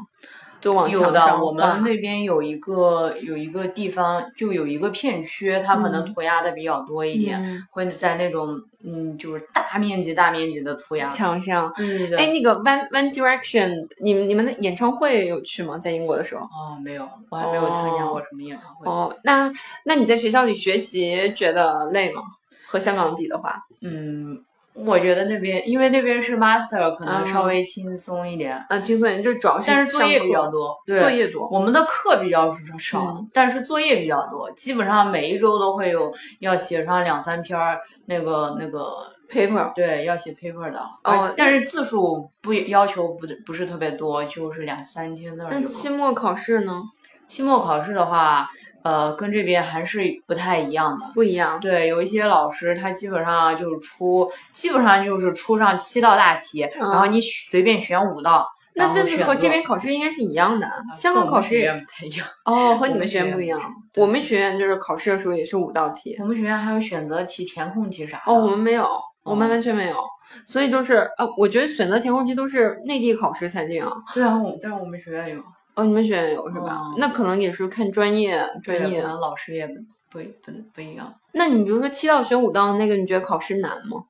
[SPEAKER 1] 就往
[SPEAKER 2] 有
[SPEAKER 1] 呃墙
[SPEAKER 2] 的，
[SPEAKER 1] 上啊
[SPEAKER 2] 我
[SPEAKER 1] 画
[SPEAKER 2] 们那边有一个有一个地方，就有一个片区，它可能
[SPEAKER 1] 嗯
[SPEAKER 2] 涂鸦的比较多一点，
[SPEAKER 1] 嗯
[SPEAKER 2] 会在那种嗯，就是大面积、大面积的涂鸦。
[SPEAKER 1] 墙上。
[SPEAKER 2] 对对对。
[SPEAKER 1] 哎，那个 One One Direction，你们你们的演唱会有去吗？在英国的时候？
[SPEAKER 2] 哦，没有，我还没有参加过什么演唱会。
[SPEAKER 1] 哦，那那你在学校里学习觉得累吗？和香港比的话，
[SPEAKER 2] 嗯，我觉得那边因为那边是 master，可能稍
[SPEAKER 1] 嗯
[SPEAKER 2] 微轻松一点，
[SPEAKER 1] 啊，轻松一点，就主要是
[SPEAKER 2] 但是作业
[SPEAKER 1] 上
[SPEAKER 2] 比
[SPEAKER 1] 课
[SPEAKER 2] 较多。对，
[SPEAKER 1] 作业多。
[SPEAKER 2] 我们的课比较少，
[SPEAKER 1] 嗯
[SPEAKER 2] 但是作业比较多，基本上每一周都会有要写上两三篇儿那个那个。
[SPEAKER 1] paper
[SPEAKER 2] 对，要写 paper 的，
[SPEAKER 1] 哦
[SPEAKER 2] 而且但是字数不要求不不是特别多，就是两三千那
[SPEAKER 1] 那
[SPEAKER 2] 种。
[SPEAKER 1] 期末考试呢？
[SPEAKER 2] 期末考试的话，呃，跟这边还是不太一样的。
[SPEAKER 1] 不一样，
[SPEAKER 2] 对，有一些老师他基本上就是出，基本上就是出上七道大题，然后
[SPEAKER 1] 嗯
[SPEAKER 2] 你随便选五道，
[SPEAKER 1] 那
[SPEAKER 2] 然后
[SPEAKER 1] 那这
[SPEAKER 2] 选
[SPEAKER 1] 和这
[SPEAKER 2] 择啊
[SPEAKER 1] 边考试应该是一样的，香港
[SPEAKER 2] 跟我们
[SPEAKER 1] 考试
[SPEAKER 2] 学
[SPEAKER 1] 也
[SPEAKER 2] 院不太一样。
[SPEAKER 1] 哦，和
[SPEAKER 2] 我
[SPEAKER 1] 你
[SPEAKER 2] 们
[SPEAKER 1] 们
[SPEAKER 2] 学
[SPEAKER 1] 学院
[SPEAKER 2] 院
[SPEAKER 1] 不一
[SPEAKER 2] 不
[SPEAKER 1] 样
[SPEAKER 2] 是。
[SPEAKER 1] 我们学院就是考试的时候也是五道题，
[SPEAKER 2] 我们学院还有选择题、填空题啥的。
[SPEAKER 1] 哦，我们没有，我们完全没有。所以就是呃，我觉得选择填空题都是内地考试才这样。
[SPEAKER 2] 对啊，我但是我们学院有，
[SPEAKER 1] 哦，你们学院有是吧？
[SPEAKER 2] 哦
[SPEAKER 1] 那可能也是看专业专
[SPEAKER 2] 对
[SPEAKER 1] 业啊
[SPEAKER 2] 可。能老师也不不不不一样，
[SPEAKER 1] 那你比如说七道选五道那个，你觉得考试难吗？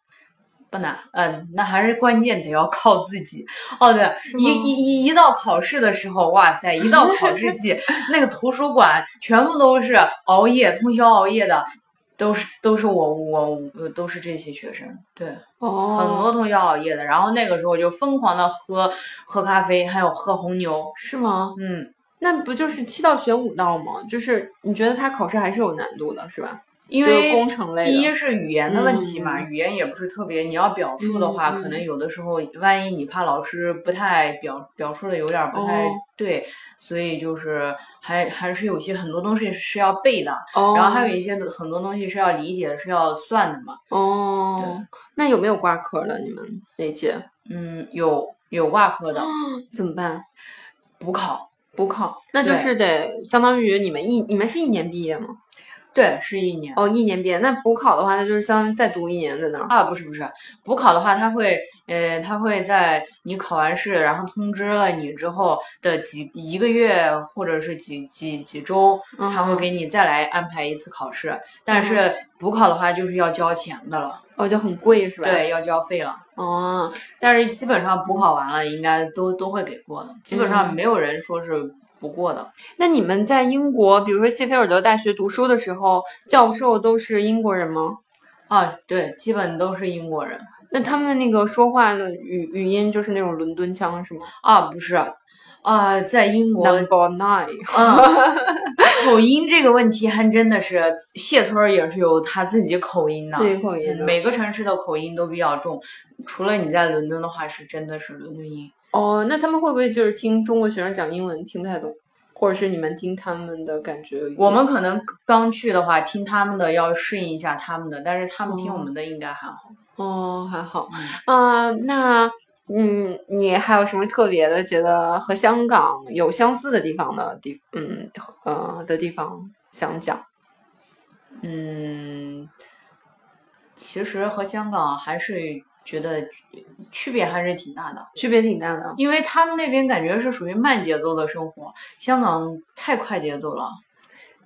[SPEAKER 2] 不难。嗯，那还是关键得要靠自己。哦，对，一
[SPEAKER 1] 吗
[SPEAKER 2] 一一一到考试的时候，哇塞，一到考试 季，那个图书馆全部都是熬夜，通宵熬夜的。都是都是我我我都是这些学生，对，
[SPEAKER 1] 哦，
[SPEAKER 2] 很多通宵熬夜的。然后那个时候就疯狂的喝喝咖啡，还有喝红牛，
[SPEAKER 1] 是吗？
[SPEAKER 2] 嗯，
[SPEAKER 1] 那不就是七道选五道吗？就是你觉得它考试还是有难度的，是吧？
[SPEAKER 2] 因
[SPEAKER 1] 就是
[SPEAKER 2] 为
[SPEAKER 1] 工程类的
[SPEAKER 2] 第一是语言的问题嘛，
[SPEAKER 1] 嗯
[SPEAKER 2] 语言也不是特别，你要表述的话，
[SPEAKER 1] 嗯嗯
[SPEAKER 2] 可能有的时候万一你怕老师不太表表述的有点不太
[SPEAKER 1] 哦
[SPEAKER 2] 对，所以就是还还是有些很多东西是要背的，
[SPEAKER 1] 哦，
[SPEAKER 2] 然后还有一些很多东西是要理解的，是要算的嘛。
[SPEAKER 1] 哦，那有没有挂科的？你们那届
[SPEAKER 2] 嗯，有有挂科
[SPEAKER 1] 哦
[SPEAKER 2] 的
[SPEAKER 1] 怎么办？
[SPEAKER 2] 补考，
[SPEAKER 1] 补考，那就
[SPEAKER 2] 对
[SPEAKER 1] 是得相当于你们一你们是一年毕业吗？
[SPEAKER 2] 对，是一年。
[SPEAKER 1] 哦，一年毕业。那补考的话，那就是相当于再读一年在那儿。
[SPEAKER 2] 啊，不是不是，补考的话，他会，呃，他会在你考完试，然后通知了你之后的几一个月或者是几几几周，他会
[SPEAKER 1] 嗯
[SPEAKER 2] 给你再来安排一次考试。但是补考的话，就是要交钱的了，
[SPEAKER 1] 哦，就很贵是吧？。
[SPEAKER 2] 对，要交费了。
[SPEAKER 1] 哦，
[SPEAKER 2] 但是基本上补考完了，应该都都会给过的，基本上
[SPEAKER 1] 嗯
[SPEAKER 2] 没有人说是不过的。
[SPEAKER 1] 那你们在英国，比如说谢菲尔德大学读书的时候，教授都是英国人吗？
[SPEAKER 2] 啊，对，基本都是英国人。
[SPEAKER 1] 那他们的那个说话的语语音就是那种伦敦腔是吗
[SPEAKER 2] 啊，不是，啊，在英国。
[SPEAKER 1] ？Number nine，
[SPEAKER 2] 嗯， 口音这个问题还真的是谢村儿也是有他自己口音的嗯
[SPEAKER 1] 自，己口音的。
[SPEAKER 2] 每个城市的口音都比较重，除了你在伦敦的话，是真的是伦敦音。
[SPEAKER 1] 哦，那他们会不会就是听中国学生讲英文听不太懂，或者是你们听他们的感觉有一点？
[SPEAKER 2] 我们可能刚去的话，听他们的要适应一下他们的，但是他们听我们的应该还好。
[SPEAKER 1] 哦，还好，嗯、那嗯，你还有什么特别的觉得和香港有相似的地方的地，嗯呃的地方想讲？
[SPEAKER 2] 嗯，其实和香港还是觉得区别还是挺大的。
[SPEAKER 1] 区别挺大的。啊
[SPEAKER 2] 因为他们那边感觉是属于慢节奏的生活，香港太快节奏了，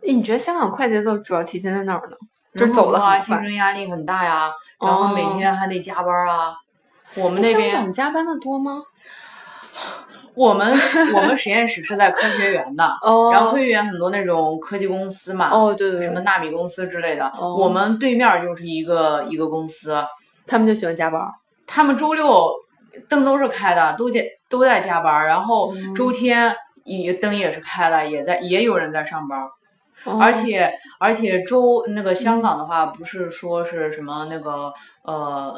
[SPEAKER 1] 你觉得香港快节奏主要体现在哪儿呢？就
[SPEAKER 2] 就是
[SPEAKER 1] 走得
[SPEAKER 2] 啊，
[SPEAKER 1] 很
[SPEAKER 2] 竞
[SPEAKER 1] 快。
[SPEAKER 2] 争压力很大呀，然后每
[SPEAKER 1] 哦
[SPEAKER 2] 天还得加班啊。我们
[SPEAKER 1] 哎
[SPEAKER 2] 那
[SPEAKER 1] 香
[SPEAKER 2] 边，
[SPEAKER 1] 港加班的多吗？
[SPEAKER 2] 我们我们实验室是在科学园的，
[SPEAKER 1] 哦
[SPEAKER 2] 然后科学园很多那种科技公司嘛，
[SPEAKER 1] 哦，对对
[SPEAKER 2] 什么
[SPEAKER 1] 对，
[SPEAKER 2] 纳米公司之类的。
[SPEAKER 1] 哦
[SPEAKER 2] 我们对面就是一个一个公司，
[SPEAKER 1] 他们就喜欢加班儿。
[SPEAKER 2] 他们周六灯都是开的，都在都在加班，然后
[SPEAKER 1] 嗯
[SPEAKER 2] 周天也灯也是开的，也在也有人在上班。
[SPEAKER 1] 哦
[SPEAKER 2] 而且而且周那个香港的话，不是说是什么那个呃，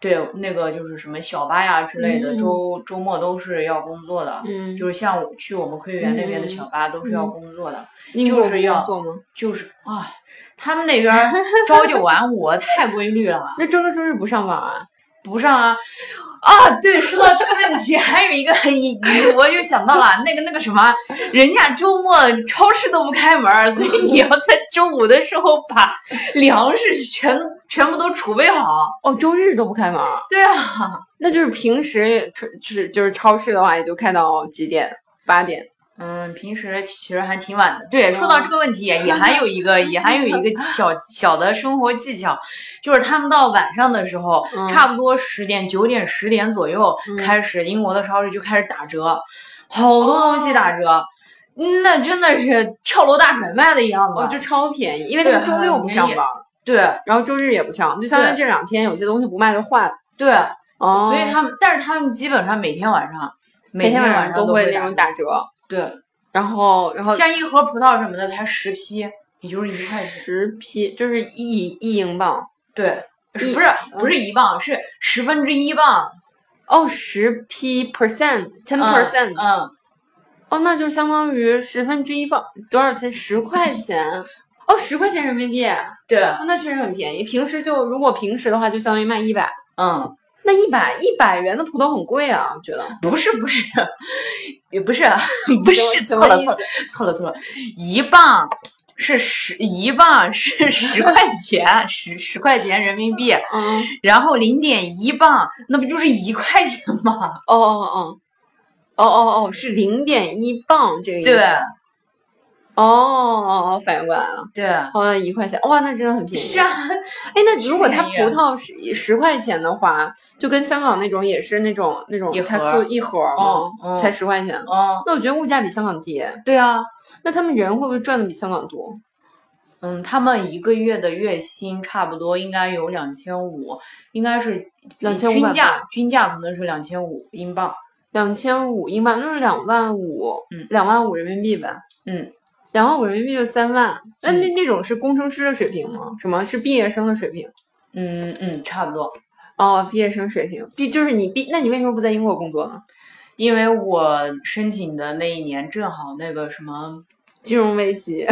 [SPEAKER 2] 对，那个就是什么小巴呀之类的，
[SPEAKER 1] 嗯
[SPEAKER 2] 周周末都是要工作的。
[SPEAKER 1] 嗯，
[SPEAKER 2] 就是像我去我们科学园那边的小巴都是要
[SPEAKER 1] 嗯
[SPEAKER 2] 工作的，
[SPEAKER 1] 英
[SPEAKER 2] 就
[SPEAKER 1] 国
[SPEAKER 2] 是
[SPEAKER 1] 不
[SPEAKER 2] 要
[SPEAKER 1] 做吗？
[SPEAKER 2] 就是啊，他们那边儿朝九晚五太规律了，
[SPEAKER 1] 那周六周日不上班啊？
[SPEAKER 2] 不上啊啊！对，说到这个问题，还有一个隐喻，我就想到了那个那个什么，人家周末超市都不开门儿，所以你要在周五的时候把粮食全全部都储备好。
[SPEAKER 1] 哦，周日都不开门儿，
[SPEAKER 2] 对啊，
[SPEAKER 1] 那就是平时也就是就是超市的话，也就开到几点？八点。
[SPEAKER 2] 嗯，平时其实还挺晚的。对，说到这个问题，也还有一个，也还有一个小 小的生活技巧，就是他们到晚上的时候，
[SPEAKER 1] 嗯
[SPEAKER 2] 差不多十点、九点、十点左右
[SPEAKER 1] 嗯
[SPEAKER 2] 开始，英国的超市就开始打折，好
[SPEAKER 1] 哦
[SPEAKER 2] 多东西打折，那真的是跳楼大甩卖的一样的。
[SPEAKER 1] 哦，就超便宜，因为他们
[SPEAKER 2] 对
[SPEAKER 1] 周六不上班儿，
[SPEAKER 2] 对
[SPEAKER 1] 然后周日也不上，就相当于
[SPEAKER 2] 对
[SPEAKER 1] 这两天有些东西不卖就换了。
[SPEAKER 2] 对，
[SPEAKER 1] 哦
[SPEAKER 2] 所以他们，但是他们基本上每天晚上，
[SPEAKER 1] 每天
[SPEAKER 2] 天
[SPEAKER 1] 晚
[SPEAKER 2] 晚
[SPEAKER 1] 上都
[SPEAKER 2] 会
[SPEAKER 1] 会那哦
[SPEAKER 2] 打
[SPEAKER 1] 种打折，
[SPEAKER 2] 折。
[SPEAKER 1] 然后呃然后
[SPEAKER 2] 对，像一盒葡萄什么的才十批，也就是一块钱。
[SPEAKER 1] 十批就是一一英镑。
[SPEAKER 2] 对，是
[SPEAKER 1] 一
[SPEAKER 2] 不是不是一磅，是十分之一磅
[SPEAKER 1] 哦，十批 percent ten percent，
[SPEAKER 2] 嗯，嗯
[SPEAKER 1] 哦，那就相当于十分之一磅多少钱？十块钱。哦，十块钱人民币，哦
[SPEAKER 2] 对，
[SPEAKER 1] 那确实很便宜。平时就如果平时的话，就相当于卖一百。
[SPEAKER 2] 嗯，
[SPEAKER 1] 那一百一百元的葡萄很贵啊，我觉得。
[SPEAKER 2] 不是不是，也不是啊 不是
[SPEAKER 1] 什
[SPEAKER 2] 错
[SPEAKER 1] 么
[SPEAKER 2] 了
[SPEAKER 1] 意
[SPEAKER 2] 错了错了错了，一磅是十一磅是 十块钱，十十块钱人民币，
[SPEAKER 1] 嗯，
[SPEAKER 2] 然后零点一磅那不就是一块钱吗？
[SPEAKER 1] 哦哦哦，哦哦哦，是零点一磅这个意思。
[SPEAKER 2] 对
[SPEAKER 1] 哦哦哦，反应过来了，
[SPEAKER 2] 对，
[SPEAKER 1] 哦，一块钱，哇，那真的很便宜。
[SPEAKER 2] 是啊，
[SPEAKER 1] 哎，那如果它
[SPEAKER 2] 便宜
[SPEAKER 1] 葡
[SPEAKER 2] 啊
[SPEAKER 1] 萄十十块钱的话，就跟香港那种也是那种那种
[SPEAKER 2] 一
[SPEAKER 1] 它
[SPEAKER 2] 盒
[SPEAKER 1] 塑一盒儿
[SPEAKER 2] 哦
[SPEAKER 1] 嘛
[SPEAKER 2] 哦
[SPEAKER 1] 才十块钱。
[SPEAKER 2] 哦，
[SPEAKER 1] 那我觉得物价比香港低，
[SPEAKER 2] 对啊，
[SPEAKER 1] 那他们人会不会赚的比香港多？
[SPEAKER 2] 嗯，他们一个月的月薪差不多应该有两千五，应该是嗯
[SPEAKER 1] 2500
[SPEAKER 2] 均价
[SPEAKER 1] 吧，
[SPEAKER 2] 均价可能是两千五英镑。
[SPEAKER 1] 两千五英镑，那就是两万五，
[SPEAKER 2] 嗯
[SPEAKER 1] 两万五人民币呗，
[SPEAKER 2] 嗯，
[SPEAKER 1] 两万五人民币就三万，那那那种是工程师的水平吗？什么是毕业生的水平？
[SPEAKER 2] 嗯嗯，差不多。
[SPEAKER 1] 哦，毕业生水平，毕就是你毕，那你为什么不在英国工作呢？
[SPEAKER 2] 因为我申请的那一年正好那个什么，
[SPEAKER 1] 金融危机，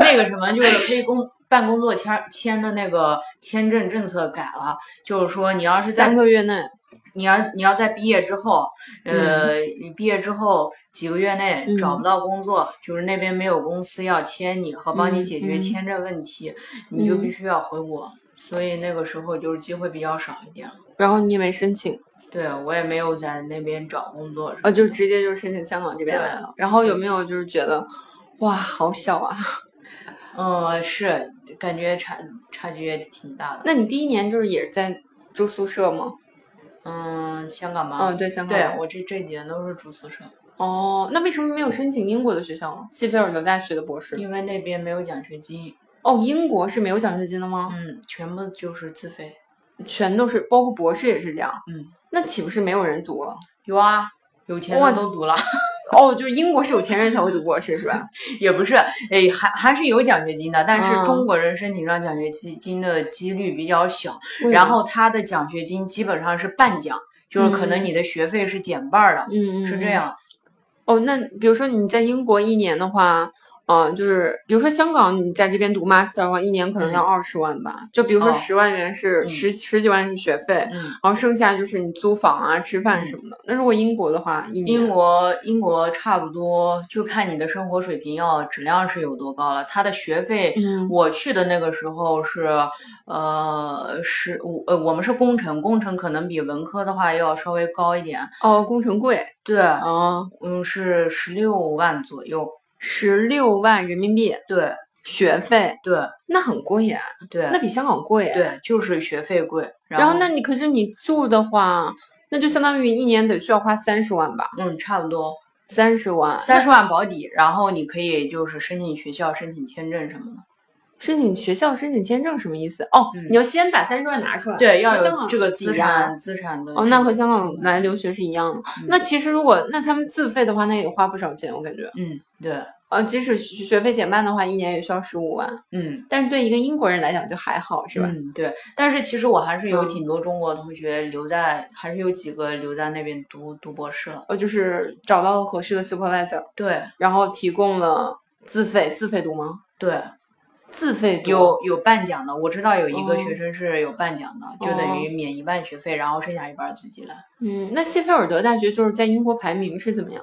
[SPEAKER 2] 那个什么就是非工办工作签签的那个签证政策改了， 就是说你要是在
[SPEAKER 1] 三个月内，
[SPEAKER 2] 你要你要在毕业之后，呃，你毕业之后几个月内
[SPEAKER 1] 嗯
[SPEAKER 2] 找不到工作，就是那边没有公司要签你和帮你解
[SPEAKER 1] 嗯
[SPEAKER 2] 决
[SPEAKER 1] 嗯
[SPEAKER 2] 签证问题，你就
[SPEAKER 1] 嗯
[SPEAKER 2] 必须要回国。所以那个时候就是机会比较少一点了。
[SPEAKER 1] 然后你也没申请，
[SPEAKER 2] 对我也没有在那边找工作什么的，
[SPEAKER 1] 呃，就直接就申请香港这边来了。然后有没有就是觉得，哇，好小啊？呃
[SPEAKER 2] 嗯是感觉差差距也挺大的。
[SPEAKER 1] 那你第一年就是也在住宿舍吗？
[SPEAKER 2] 嗯，香港吗？
[SPEAKER 1] 嗯，对，香港。
[SPEAKER 2] 对我这这几年都是住宿舍，
[SPEAKER 1] 哦，那为什么没有申请英国的学校呢？谢菲尔德大学的博士。
[SPEAKER 2] 因为那边没有奖学金，
[SPEAKER 1] 哦，英国是没有奖学金的吗？
[SPEAKER 2] 嗯，全部就是自费。
[SPEAKER 1] 全都是，包括博士也是这样。
[SPEAKER 2] 嗯，
[SPEAKER 1] 那岂不是没有人读了？
[SPEAKER 2] 有啊，有钱
[SPEAKER 1] 哇
[SPEAKER 2] 的都读了。
[SPEAKER 1] 哦，就是英国是有钱人才会读博士是 吧？
[SPEAKER 2] 也不是，诶，还还是有奖学金的，但
[SPEAKER 1] 嗯
[SPEAKER 2] 是中国人申请上奖学金金的几率比较小，
[SPEAKER 1] 为什
[SPEAKER 2] 然
[SPEAKER 1] 么
[SPEAKER 2] 后他的奖学金基本上是半奖，就是可能
[SPEAKER 1] 嗯
[SPEAKER 2] 你的学费是减半儿的，
[SPEAKER 1] 嗯，
[SPEAKER 2] 是这
[SPEAKER 1] 嗯。
[SPEAKER 2] 样。
[SPEAKER 1] 哦，那比如说你在英国一年的话，嗯、就是比如说香港，你在这边读 master 的话，一年可能要二十万吧。就比如说
[SPEAKER 2] 嗯哦
[SPEAKER 1] 十万元是
[SPEAKER 2] 嗯
[SPEAKER 1] 十十几万是学费，
[SPEAKER 2] 嗯，
[SPEAKER 1] 然后剩下就是你租房啊、吃饭什么的。那如果英国的话，一年
[SPEAKER 2] 英国英国差不多就看你的生活水平要质量是有多高了，他的学费。
[SPEAKER 1] 嗯
[SPEAKER 2] 我去的那个时候是，呃，是我呃，我们是工程，工程可能比文科的话要稍微高一点，
[SPEAKER 1] 哦，工程贵
[SPEAKER 2] 对，
[SPEAKER 1] 哦，
[SPEAKER 2] 嗯，是十六万左右，
[SPEAKER 1] 十六万人民币
[SPEAKER 2] 对
[SPEAKER 1] 学费，
[SPEAKER 2] 对
[SPEAKER 1] 那很贵呀、
[SPEAKER 2] 对，
[SPEAKER 1] 那比香港贵、呀。
[SPEAKER 2] 对，就是学费贵。
[SPEAKER 1] 然后那你可是你住的话，那就相当于一年得需要花三十万吧，
[SPEAKER 2] 嗯，差不多
[SPEAKER 1] 三十万。
[SPEAKER 2] 三十万保底，然后你可以就是申请学校、申请签证什么的。
[SPEAKER 1] 申请学校申请签证什么意思？哦，
[SPEAKER 2] 嗯
[SPEAKER 1] 你要先把三十万拿出来，
[SPEAKER 2] 对，要
[SPEAKER 1] 和香港
[SPEAKER 2] 有这个资
[SPEAKER 1] 抵押
[SPEAKER 2] 产资产的这个。
[SPEAKER 1] 哦，那和香港来留学是一样的。
[SPEAKER 2] 嗯
[SPEAKER 1] 那其实如果那他们自费的话，那也花不少钱，我感觉。
[SPEAKER 2] 嗯，对，
[SPEAKER 1] 呃，即使学学费减半的话，一年也需要十五万，
[SPEAKER 2] 嗯，
[SPEAKER 1] 但是对一个英国人来讲就还好，是吧？
[SPEAKER 2] 嗯，对。但是其实我还是有
[SPEAKER 1] 嗯
[SPEAKER 2] 挺多中国同学留在，还是有几个留在那边读读博士了。
[SPEAKER 1] 呃，就是找到了合适的 supervisor，
[SPEAKER 2] 对
[SPEAKER 1] 然后提供了自费，自费读吗？
[SPEAKER 2] 对，
[SPEAKER 1] 自费读
[SPEAKER 2] 有有半奖的，我知道有一个
[SPEAKER 1] 哦
[SPEAKER 2] 学生是有半奖的，就等于免一半学费，然后剩下一半自己来。
[SPEAKER 1] 嗯，那谢菲尔德大学就是在英国排名是怎么样？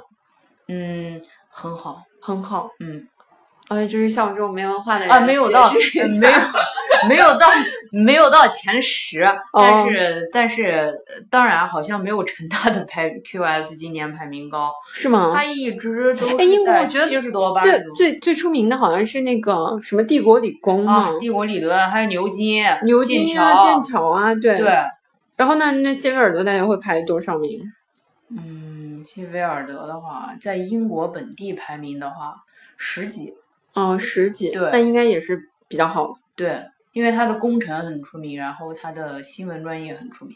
[SPEAKER 2] 嗯，很好。
[SPEAKER 1] 很好，
[SPEAKER 2] 嗯，
[SPEAKER 1] 哎，就是像我这种没文化的人
[SPEAKER 2] 啊，没有到，
[SPEAKER 1] 解释一
[SPEAKER 2] 呃
[SPEAKER 1] 下
[SPEAKER 2] 没有，没有到，没有到前十，
[SPEAKER 1] 哦
[SPEAKER 2] 但是但是呃当然好像没有成大的排 QS 今年排名高，
[SPEAKER 1] 是吗？
[SPEAKER 2] 它一直都
[SPEAKER 1] 嗯哎英国我觉得
[SPEAKER 2] 七十多八
[SPEAKER 1] 最
[SPEAKER 2] 十多
[SPEAKER 1] 最最出名的好像是那个什么帝国理工嘛
[SPEAKER 2] 啊，，帝国理论还有牛津、
[SPEAKER 1] 嗯牛津啊、
[SPEAKER 2] 桥
[SPEAKER 1] 剑，桥啊，对。
[SPEAKER 2] 对，
[SPEAKER 1] 然后那那谢菲尔德大学会排多少名？
[SPEAKER 2] 嗯，谢菲尔德的话，在英国本地排名的话十几，
[SPEAKER 1] 嗯，十几，
[SPEAKER 2] 对
[SPEAKER 1] 那应该也是比较好的。
[SPEAKER 2] 对，因为它的工程很出名，然后它的新闻专业很出名，